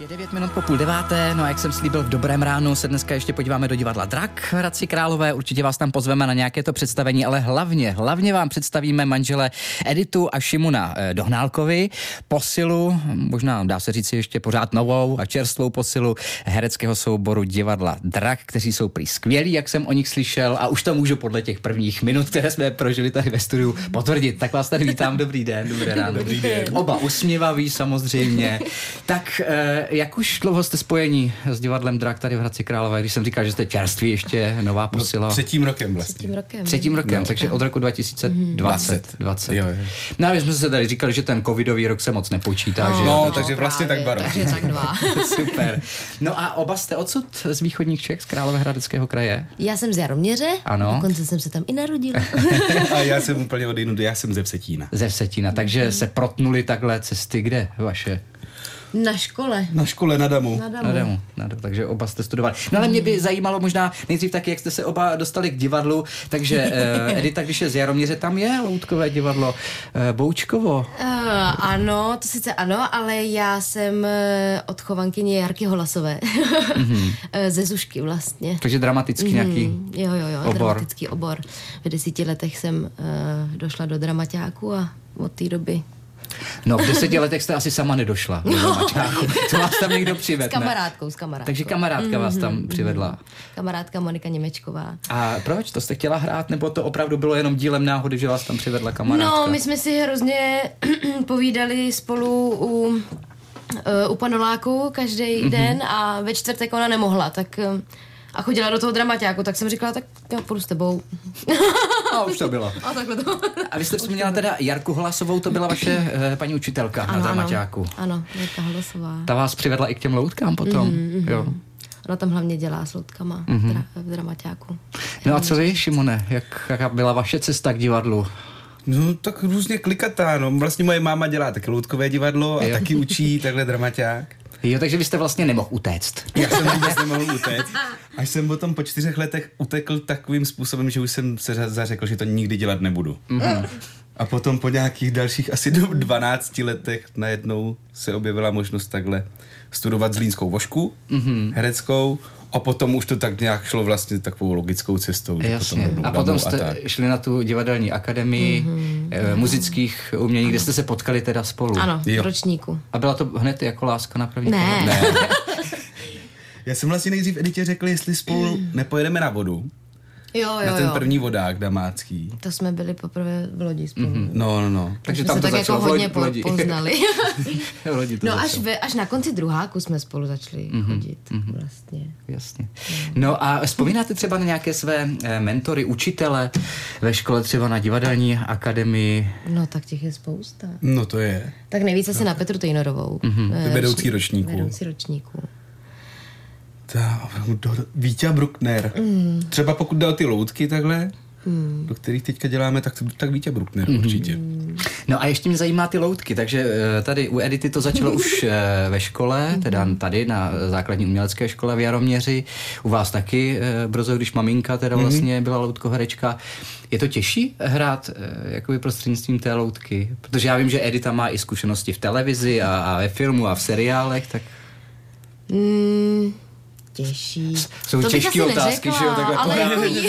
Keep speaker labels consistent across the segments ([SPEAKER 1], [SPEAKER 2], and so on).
[SPEAKER 1] Je 9 minut po půl deváté, no a jak jsem slíbil v dobrém ránu, se dneska ještě podíváme do divadla Drak v Hradci Králové, určitě vás tam pozveme na nějaké to představení, ale hlavně, hlavně vám představíme manžele Editu a Šimuna eh, Dohnálkovi, posilu, možná dá se říct ještě pořád novou a čerstvou posilu hereckého souboru divadla Drak, kteří jsou prý skvělí, jak jsem o nich slyšel a už to můžu podle těch prvních minut, které jsme prožili tady ve studiu, potvrdit. Tak vás tady vítám, dobrý den, dobré ráno. Dobrý den. Oba usměvaví samozřejmě. Tak eh, jak už dlouho jste spojení s divadlem Drak tady v Hradci Králové, když jsem říkal, že jste čerství, ještě
[SPEAKER 2] No,
[SPEAKER 1] nová posila?
[SPEAKER 2] Třetím rokem vlastně.
[SPEAKER 3] Tím rokem.
[SPEAKER 1] Třetím rokem, no. takže od roku 2020. 20.
[SPEAKER 2] Jo, jo.
[SPEAKER 1] No a my jsme se tady říkali, že ten covidový rok se moc nepočítá, že
[SPEAKER 2] No, takže vlastně tak dva roky.
[SPEAKER 3] Takže tak dva.
[SPEAKER 1] Super. No a oba jste odsud z východních Čech, z Královéhradeckého kraje.
[SPEAKER 3] Já jsem z Jaroměře,
[SPEAKER 1] Ano.
[SPEAKER 3] dokonce jsem se tam i narodila.
[SPEAKER 2] A já jsem úplně od jinut, já jsem ze Vsetína.
[SPEAKER 1] Ze Vsetína,
[SPEAKER 3] Mhm.
[SPEAKER 1] takže se protnuli takhle cesty, kde vaše?
[SPEAKER 3] Na škole.
[SPEAKER 2] Na škole na Damu.
[SPEAKER 3] Na Mhm.
[SPEAKER 1] Na
[SPEAKER 3] damu.
[SPEAKER 1] demo, na demo, takže oba jste studovali. No ale mě by zajímalo možná nejdřív taky, jak jste se oba dostali k divadlu, takže eh, Edita, když je z Jaroměře, tam je loutkové divadlo, eh, Boučkovo.
[SPEAKER 3] Uh, ano, to sice ano, ale já jsem eh, odchovankyně Jarky Holasové.
[SPEAKER 1] Mhm.
[SPEAKER 3] mm-hmm. Ze Zušky vlastně.
[SPEAKER 1] Takže dramatický nějaký.
[SPEAKER 3] Mm, Jo, jo, jo,
[SPEAKER 1] obor.
[SPEAKER 3] obor. dramatický obor. V desíti letech jsem uh, došla do dramaťáku a od té doby
[SPEAKER 1] No, v deseti letech jste asi sama nedošla. No. To vás tam někdo
[SPEAKER 3] s
[SPEAKER 1] přivedne.
[SPEAKER 3] kamarádkou, s kamarádkou. Mhm,
[SPEAKER 1] Takže kamarádka vás tam přivedla.
[SPEAKER 3] Kamarádka Monika Němečková.
[SPEAKER 1] A proč? To jste chtěla hrát, nebo to opravdu bylo jenom dílem náhody, že vás tam přivedla kamarádka?
[SPEAKER 3] No, my jsme si hrozně povídali spolu u, eh, u panoláku každý
[SPEAKER 1] Mhm.
[SPEAKER 3] mm-hmm. den a ve čtvrtek ona nemohla, tak eh, a chodila do toho dramaťáku, tak jsem říkala, tak já půjdu s tebou.
[SPEAKER 1] A už to bylo.
[SPEAKER 3] A takhle to.
[SPEAKER 1] A vy jste vzpomněla teda Jarku Hlasovou, to byla vaše eh, paní učitelka na dramaťáku.
[SPEAKER 3] Ano, Jirka Holosová.
[SPEAKER 1] Ta vás přivedla i k těm loutkám potom.
[SPEAKER 3] Mhm,
[SPEAKER 1] Mm-hmm. Jo.
[SPEAKER 3] Ona tam hlavně dělá s loutkama
[SPEAKER 1] Mhm.
[SPEAKER 3] mm-hmm. dra- v dramaťáku.
[SPEAKER 1] No a co vy, Šimone, jak, jaká byla vaše cesta k divadlu?
[SPEAKER 2] No tak různě klikatá, no. Vlastně moje máma dělá taky loutkové divadlo a
[SPEAKER 1] Jo.
[SPEAKER 2] taky učí takhle dramaťák.
[SPEAKER 1] Jo, takže vy jste vlastně nemohl utéct.
[SPEAKER 2] Já jsem vůbec nemohl utéct. Až jsem potom po čtyřech letech utekl takovým způsobem, že už jsem se za- zařekl, že to nikdy dělat nebudu.
[SPEAKER 1] Mhm.
[SPEAKER 2] A potom po nějakých dalších asi do 12 letech najednou se objevila možnost takhle studovat zlínskou vošku,
[SPEAKER 1] Mhm.
[SPEAKER 2] hereckou, a potom už to tak nějak šlo vlastně takovou logickou cestou. že
[SPEAKER 1] Jasně.
[SPEAKER 2] jdou
[SPEAKER 1] a
[SPEAKER 2] domů
[SPEAKER 1] potom
[SPEAKER 2] a tak.
[SPEAKER 1] jste šli na tu divadelní akademii mm-hmm. muzických umění, kde jste se potkali teda spolu.
[SPEAKER 3] Mhm, Ano,
[SPEAKER 2] Jo.
[SPEAKER 3] v ročníku.
[SPEAKER 1] A byla to hned jako láska na první
[SPEAKER 3] Ne.
[SPEAKER 1] pohled?
[SPEAKER 3] ne.
[SPEAKER 2] Já jsem vlastně nejdřív Editě řekl, jestli spolu
[SPEAKER 1] Mm.
[SPEAKER 2] nepojedeme na vodu,
[SPEAKER 3] Jo, jo,
[SPEAKER 2] na ten
[SPEAKER 3] jo.
[SPEAKER 2] první vodák damácký.
[SPEAKER 3] To jsme byli poprvé v lodi spolu. Mm-hmm.
[SPEAKER 2] No, no, no.
[SPEAKER 1] Mhm. Takže
[SPEAKER 3] jsme
[SPEAKER 1] tam
[SPEAKER 3] se
[SPEAKER 1] to
[SPEAKER 3] tak
[SPEAKER 1] začalo
[SPEAKER 3] jako hodně
[SPEAKER 1] v lodi.
[SPEAKER 3] po- poznali.
[SPEAKER 1] V lodi to Mhm,
[SPEAKER 3] No až,
[SPEAKER 1] začalo.
[SPEAKER 3] ve, až na konci druháku jsme spolu začali mm-hmm. chodit mm-hmm. vlastně.
[SPEAKER 1] Jasně. No a vzpomínáte třeba na nějaké své eh, mentory, učitele ve škole, třeba na divadelní akademii?
[SPEAKER 3] No tak těch je spousta.
[SPEAKER 2] No to je.
[SPEAKER 3] Tak nejvíc asi na Petru Tejnorovou.
[SPEAKER 1] Mhm,
[SPEAKER 3] Mm-hmm.
[SPEAKER 2] Vedoucí ročníku.
[SPEAKER 3] Vedoucí ročníku.
[SPEAKER 2] Ta, do, Vítě Bruckner. Mm. Třeba pokud dal ty loutky takhle, mm. do kterých teďka děláme, tak, tak Vítě Bruckner mm. určitě.
[SPEAKER 1] No a ještě mě zajímá ty loutky, takže eh, tady u Edity to začalo už eh, ve škole, teda tady na eh, základní umělecké škole v Jaroměři, u vás taky, eh, Brzo, když maminka teda vlastně byla loutkoherečka. Je to těžší hrát eh, jakoby prostřednictvím té loutky? Protože já vím, že Edita má i zkušenosti v televizi a, a ve filmu a v seriálech, tak
[SPEAKER 3] Mm, těžší.
[SPEAKER 1] Jsou
[SPEAKER 3] To bych
[SPEAKER 1] těžký
[SPEAKER 3] asi
[SPEAKER 1] otázky, že jo, takhle
[SPEAKER 3] ale
[SPEAKER 1] pořád.
[SPEAKER 3] jako je...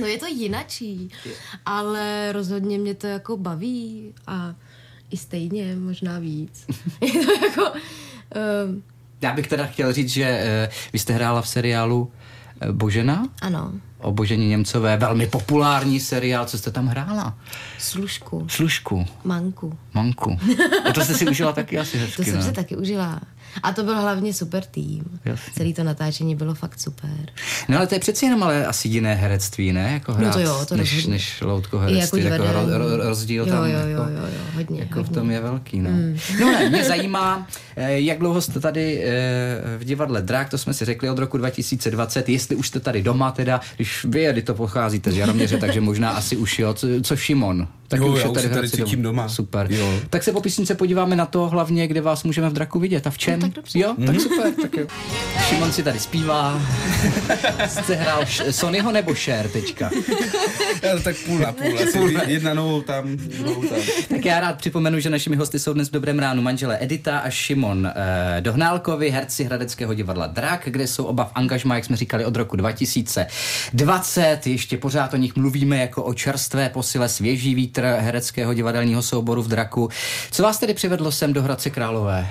[SPEAKER 3] No je to jinačí, ale rozhodně mě to jako baví a i stejně možná víc. Je to jako... Um,
[SPEAKER 1] já bych teda chtěl říct, že eh, vy jste hrála v seriálu eh, Božena?
[SPEAKER 3] ano,
[SPEAKER 1] O Božení Němcové, velmi populární seriál, co jste tam hrála?
[SPEAKER 3] služku,
[SPEAKER 1] Služku.
[SPEAKER 3] manku.
[SPEAKER 1] Manku. A to jste si užila taky asi hezky, no.
[SPEAKER 3] To jsem
[SPEAKER 1] ne?
[SPEAKER 3] se taky užila. A to byl hlavně super tým.
[SPEAKER 1] Jasně.
[SPEAKER 3] Celý to natáčení bylo fakt super.
[SPEAKER 1] No ale to je přeci jenom ale asi jiné herectví, ne? Jako
[SPEAKER 3] No to
[SPEAKER 1] hrát,
[SPEAKER 3] jo, to
[SPEAKER 1] než,
[SPEAKER 3] rozhodně.
[SPEAKER 1] než loutko
[SPEAKER 3] I
[SPEAKER 1] herectví. jako ro, ro,
[SPEAKER 3] divadelní.
[SPEAKER 1] rozdíl
[SPEAKER 3] jo,
[SPEAKER 1] tam
[SPEAKER 3] Jo, jo,
[SPEAKER 1] jako,
[SPEAKER 3] jo, jo, hodně.
[SPEAKER 1] jako v
[SPEAKER 3] hodně.
[SPEAKER 1] tom je velký, no. Mm. No ne, mě zajímá, eh, jak dlouho jste tady eh, v divadle Drák, to jsme si řekli od roku 2020, jestli eh, už jste tady doma teda, když vy jedy to pocházíte z Jaroměře, takže možná asi už jo, co, co Šimon? Tak
[SPEAKER 2] Jo,
[SPEAKER 1] už
[SPEAKER 2] já
[SPEAKER 1] je
[SPEAKER 2] už
[SPEAKER 1] tady
[SPEAKER 2] se tady
[SPEAKER 1] Hradci
[SPEAKER 2] cítím
[SPEAKER 1] doma.
[SPEAKER 2] doma.
[SPEAKER 1] Super.
[SPEAKER 2] Jo.
[SPEAKER 1] Tak se po písnice podíváme na to hlavně, kde vás můžeme v draku vidět a v čem. No, tak dobře. Jo,
[SPEAKER 2] Mhm.
[SPEAKER 1] tak super. Tak jo. Šimon si tady zpívá. Jste hrál š- Sonyho nebo Cher teďka?
[SPEAKER 2] Ale tak půl na půl. Asi jedna novou tam, novou tam.
[SPEAKER 1] Tak já rád připomenu, že našimi hosty jsou dnes v dobrém ránu manželé Edita a Šimon eh, Dohnálkovi, herci Hradeckého divadla Drak, kde jsou oba v angažmá, jak jsme říkali, od roku 2020. Ještě pořád o nich mluvíme jako o čerstvé posile svěží vítr hereckého divadelního souboru v Draku. Co vás tedy přivedlo sem do Hradce Králové?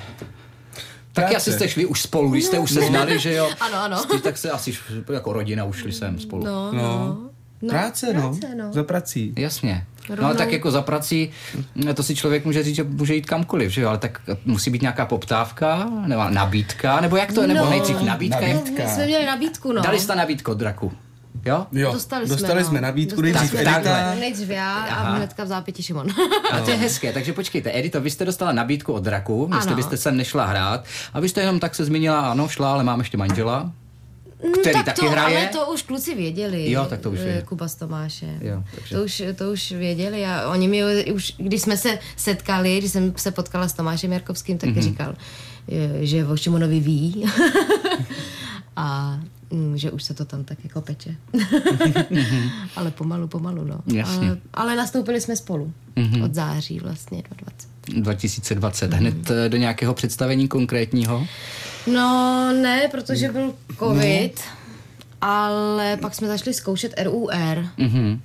[SPEAKER 1] Tak
[SPEAKER 2] Práce.
[SPEAKER 1] asi jste šli už spolu, když jste už se znali, že jo?
[SPEAKER 3] No. Ano, ano.
[SPEAKER 1] Jste, tak se asi š- jako rodina už šli sem spolu.
[SPEAKER 3] No,
[SPEAKER 2] No.
[SPEAKER 3] no.
[SPEAKER 2] Práce, no.
[SPEAKER 3] práce, no.
[SPEAKER 2] Za prací.
[SPEAKER 1] Jasně. No ale
[SPEAKER 3] Rovnou-
[SPEAKER 1] tak jako za prací, to si člověk může říct, že může jít kamkoliv, že jo? Ale tak musí být nějaká poptávka, nebo nabídka, nebo jak to je, nebo
[SPEAKER 3] No.
[SPEAKER 1] nejdřív nabídka. jak-
[SPEAKER 2] Nabídka.
[SPEAKER 3] My jsme měli nabídku, no.
[SPEAKER 1] Dali jste nabídku od draku, jo?
[SPEAKER 2] Jo,
[SPEAKER 3] Dostali,
[SPEAKER 2] dostali
[SPEAKER 3] no.
[SPEAKER 2] jsme nabídku,
[SPEAKER 3] Dostali
[SPEAKER 2] nejdřív
[SPEAKER 3] jsme
[SPEAKER 1] Edita.
[SPEAKER 3] nabídku, Nejdřív já a hnedka v zápěti Šimon.
[SPEAKER 1] A to je hezké, takže počkejte, Edito, vy jste dostala nabídku od draku, jestli
[SPEAKER 3] Ano.
[SPEAKER 1] byste sem nešla hrát, a vy jste jenom tak se zmínila, ano, šla, ale mám ještě manžela, který
[SPEAKER 3] Mm, tak
[SPEAKER 1] taky
[SPEAKER 3] to,
[SPEAKER 1] hraje.
[SPEAKER 3] Ale to už kluci věděli.
[SPEAKER 1] Jo, tak to už
[SPEAKER 3] eh,
[SPEAKER 1] věděli.
[SPEAKER 3] Kuba s Tomášem.
[SPEAKER 1] Jo, takže-
[SPEAKER 3] to, už, to už věděli a oni mi už, když jsme se setkali, když jsem se potkala s Tomášem Jarkovským,
[SPEAKER 1] Mhm.
[SPEAKER 3] tak mm-hmm. říkal, eh, že o Šimonovi ví a mm, že už se to tam tak jako peče. ale pomalu, pomalu, no.
[SPEAKER 1] Mhm. Jasně. Mhm.
[SPEAKER 3] Ale, ale nastoupili jsme spolu. Mm-hmm. Od září vlastně do 20.
[SPEAKER 1] 2020, hned eh, do nějakého představení konkrétního.
[SPEAKER 3] No ne, protože byl covid, ale pak jsme začali zkoušet RUR. Mm-hmm.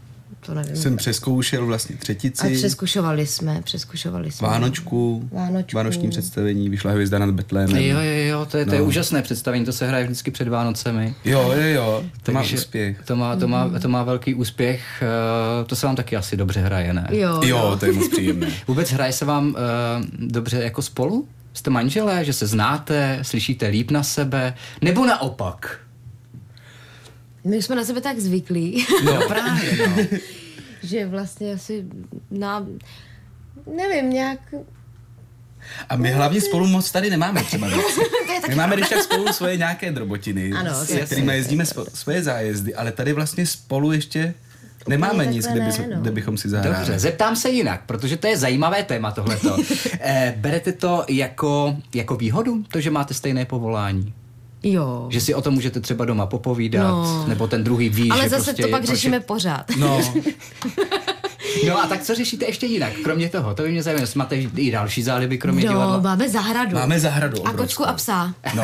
[SPEAKER 3] To nevím.
[SPEAKER 2] Jsem přeskoušel vlastně třetici.
[SPEAKER 3] A přeskušovali jsme, přeskušovali jsme.
[SPEAKER 2] Vánočku,
[SPEAKER 3] Vánočku.
[SPEAKER 2] vánoční představení, vyšla hvězda nad Betlémem.
[SPEAKER 1] Jo, jo, jo, to je, to je úžasné představení, to se hraje vždycky před Vánocemi.
[SPEAKER 2] jo, jo, jo. to má úspěch.
[SPEAKER 1] To má, to,
[SPEAKER 3] Mm.
[SPEAKER 1] má, to má velký úspěch, eh, to se vám taky asi dobře hraje, ne?
[SPEAKER 3] Jo,
[SPEAKER 2] Jo, to je moc příjemné.
[SPEAKER 1] Vůbec hraje se vám eh, dobře jako spolu? Jste manželé, že se znáte, slyšíte líp na sebe, nebo naopak?
[SPEAKER 3] My už jsme na sebe tak zvyklí,
[SPEAKER 1] No právě, no.
[SPEAKER 3] že vlastně asi nám, nevím, nějak...
[SPEAKER 2] A my hlavně spolu moc tady nemáme třeba. věci. My máme když tak spolu svoje nějaké drobotiny,
[SPEAKER 3] Ano, to
[SPEAKER 2] se
[SPEAKER 3] je
[SPEAKER 2] kterými jezdíme spo, svoje zájezdy, ale tady vlastně spolu ještě nemáme
[SPEAKER 3] Úplně
[SPEAKER 2] nic, kde,
[SPEAKER 3] takhle
[SPEAKER 2] by,
[SPEAKER 3] ne, no.
[SPEAKER 2] kde bychom si zahráli.
[SPEAKER 1] Dobře, zeptám se jinak, protože to je zajímavé téma tohleto. Eh, berete to jako, jako výhodu, to, že máte stejné povolání?
[SPEAKER 3] Jo.
[SPEAKER 1] Že si o tom můžete třeba doma popovídat,
[SPEAKER 3] No.
[SPEAKER 1] nebo ten druhý ví,
[SPEAKER 3] ale
[SPEAKER 1] že
[SPEAKER 3] zase
[SPEAKER 1] prostě
[SPEAKER 3] to
[SPEAKER 1] je-
[SPEAKER 3] pak
[SPEAKER 1] proč je-
[SPEAKER 3] řešíme pořád.
[SPEAKER 2] No,
[SPEAKER 1] No a tak co řešíte ještě jinak, kromě toho? To by mě zajímalo, máte i další záliby, kromě
[SPEAKER 3] No,
[SPEAKER 1] divadla?
[SPEAKER 3] máme zahradu.
[SPEAKER 2] máme zahradu
[SPEAKER 3] a kočku
[SPEAKER 2] obrovskou.
[SPEAKER 3] a psa.
[SPEAKER 2] No,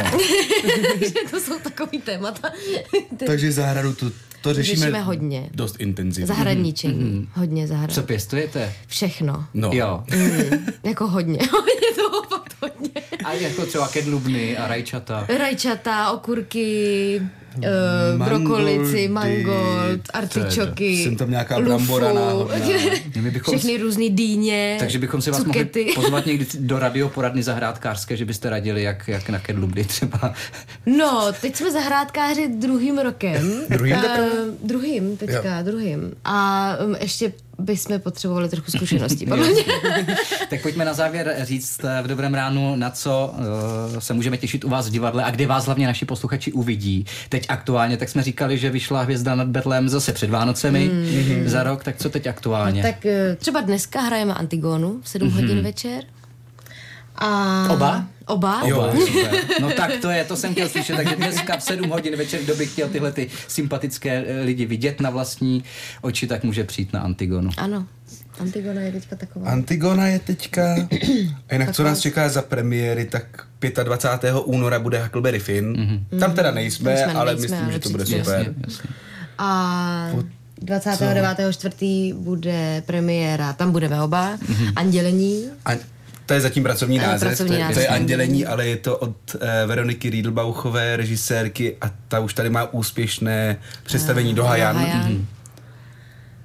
[SPEAKER 3] to jsou takový témata.
[SPEAKER 2] takže zahradu tu, to řešíme,
[SPEAKER 3] Řešíme hodně.
[SPEAKER 2] dost intenzivně.
[SPEAKER 3] Zahradničení. Hodně
[SPEAKER 1] Mhm. Co
[SPEAKER 3] zahrad.
[SPEAKER 1] pěstujete?
[SPEAKER 3] Všechno.
[SPEAKER 2] No.
[SPEAKER 1] Jo.
[SPEAKER 3] Mm, jako hodně, hodně toho fakt hodně.
[SPEAKER 1] A jako třeba kedlubny a rajčata.
[SPEAKER 3] Rajčata, okurky, uh, brokolici, mangold, artičoky,
[SPEAKER 2] Jsem tam nějaká
[SPEAKER 3] lufu,
[SPEAKER 2] brambora náhodná.
[SPEAKER 1] My bychom-
[SPEAKER 3] všechny různé dýně,
[SPEAKER 1] Takže bychom si vás
[SPEAKER 3] cukety.
[SPEAKER 1] mohli pozvat někdy do radioporadny zahrádkářské, že byste radili, jak, jak na kedlubny třeba.
[SPEAKER 3] No, teď jsme zahrádkáři druhým rokem.
[SPEAKER 2] Druhým
[SPEAKER 3] uh, Druhým, teďka, druhým. A um, ještě bychom potřebovali trochu zkušeností, podle mě.
[SPEAKER 1] tak pojďme na závěr říct eh, v dobrém ránu, na co eh, se můžeme těšit u vás v divadle a kde vás hlavně naši posluchači uvidí. Teď aktuálně, tak jsme říkali, že vyšla Hvězda nad Betlem zase před Vánocemi za rok, tak co teď aktuálně?
[SPEAKER 3] Tak eh, třeba dneska hrajeme Antigonu v 7 hodin večer. A...
[SPEAKER 1] Oba?
[SPEAKER 3] Oba.
[SPEAKER 1] Jo, no tak to je, to jsem chtěl slyšet, takže dneska v 7 hodin večer, kdo by chtěl tyhle ty sympatické eh, lidi vidět na vlastní oči, tak může přijít na Antigonu.
[SPEAKER 3] Ano, Antigona je teďka taková.
[SPEAKER 2] Antigona je teďka. A jinak, co nás čeká za premiéry, tak 25. února bude Huckleberry Finn.
[SPEAKER 1] Mhm.
[SPEAKER 2] Mm-hmm. Tam teda nejsme,
[SPEAKER 3] Tam jsme
[SPEAKER 2] ale
[SPEAKER 3] nejsme,
[SPEAKER 2] myslím,
[SPEAKER 3] ale
[SPEAKER 2] že to bude
[SPEAKER 3] příště.
[SPEAKER 2] super.
[SPEAKER 3] A 29.4. bude premiéra, tam budeme oba, mm-hmm. Andělení.
[SPEAKER 2] A to je zatím pracovní
[SPEAKER 3] Ano,
[SPEAKER 2] název, to,
[SPEAKER 3] pracovní
[SPEAKER 2] je, to je
[SPEAKER 3] název.
[SPEAKER 2] Andělení, ale je to od eh, Veroniky Riedelbauchové, režisérky, a ta už tady má úspěšné
[SPEAKER 3] Ah,
[SPEAKER 2] představení do Hajan. Mhm.
[SPEAKER 3] Hajan.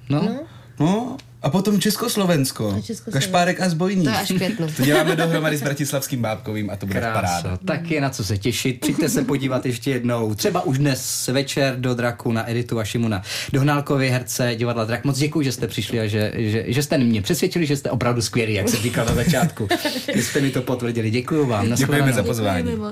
[SPEAKER 1] No, no.
[SPEAKER 2] No, a potom Československo.
[SPEAKER 3] Československo.
[SPEAKER 2] Kašpárek a zbojník.
[SPEAKER 3] To je až v květnu.
[SPEAKER 2] to děláme dohromady s Bratislavským bábkovým a to bude paráda.
[SPEAKER 1] Krása, tak je na co se těšit. Přijďte se podívat ještě jednou, třeba už dnes večer do Draku na Editu a Šimuna Dohnálkovi, herce divadla Drak. Moc děkuji, že jste přišli a že, že, že jste mě přesvědčili, že jste opravdu skvělí, jak jsem říkal na začátku. Vy jste mi to potvrdili. Děkuji vám.
[SPEAKER 2] Děkujeme
[SPEAKER 1] Nashledanou.
[SPEAKER 2] za pozvání.
[SPEAKER 3] Děkujeme moc.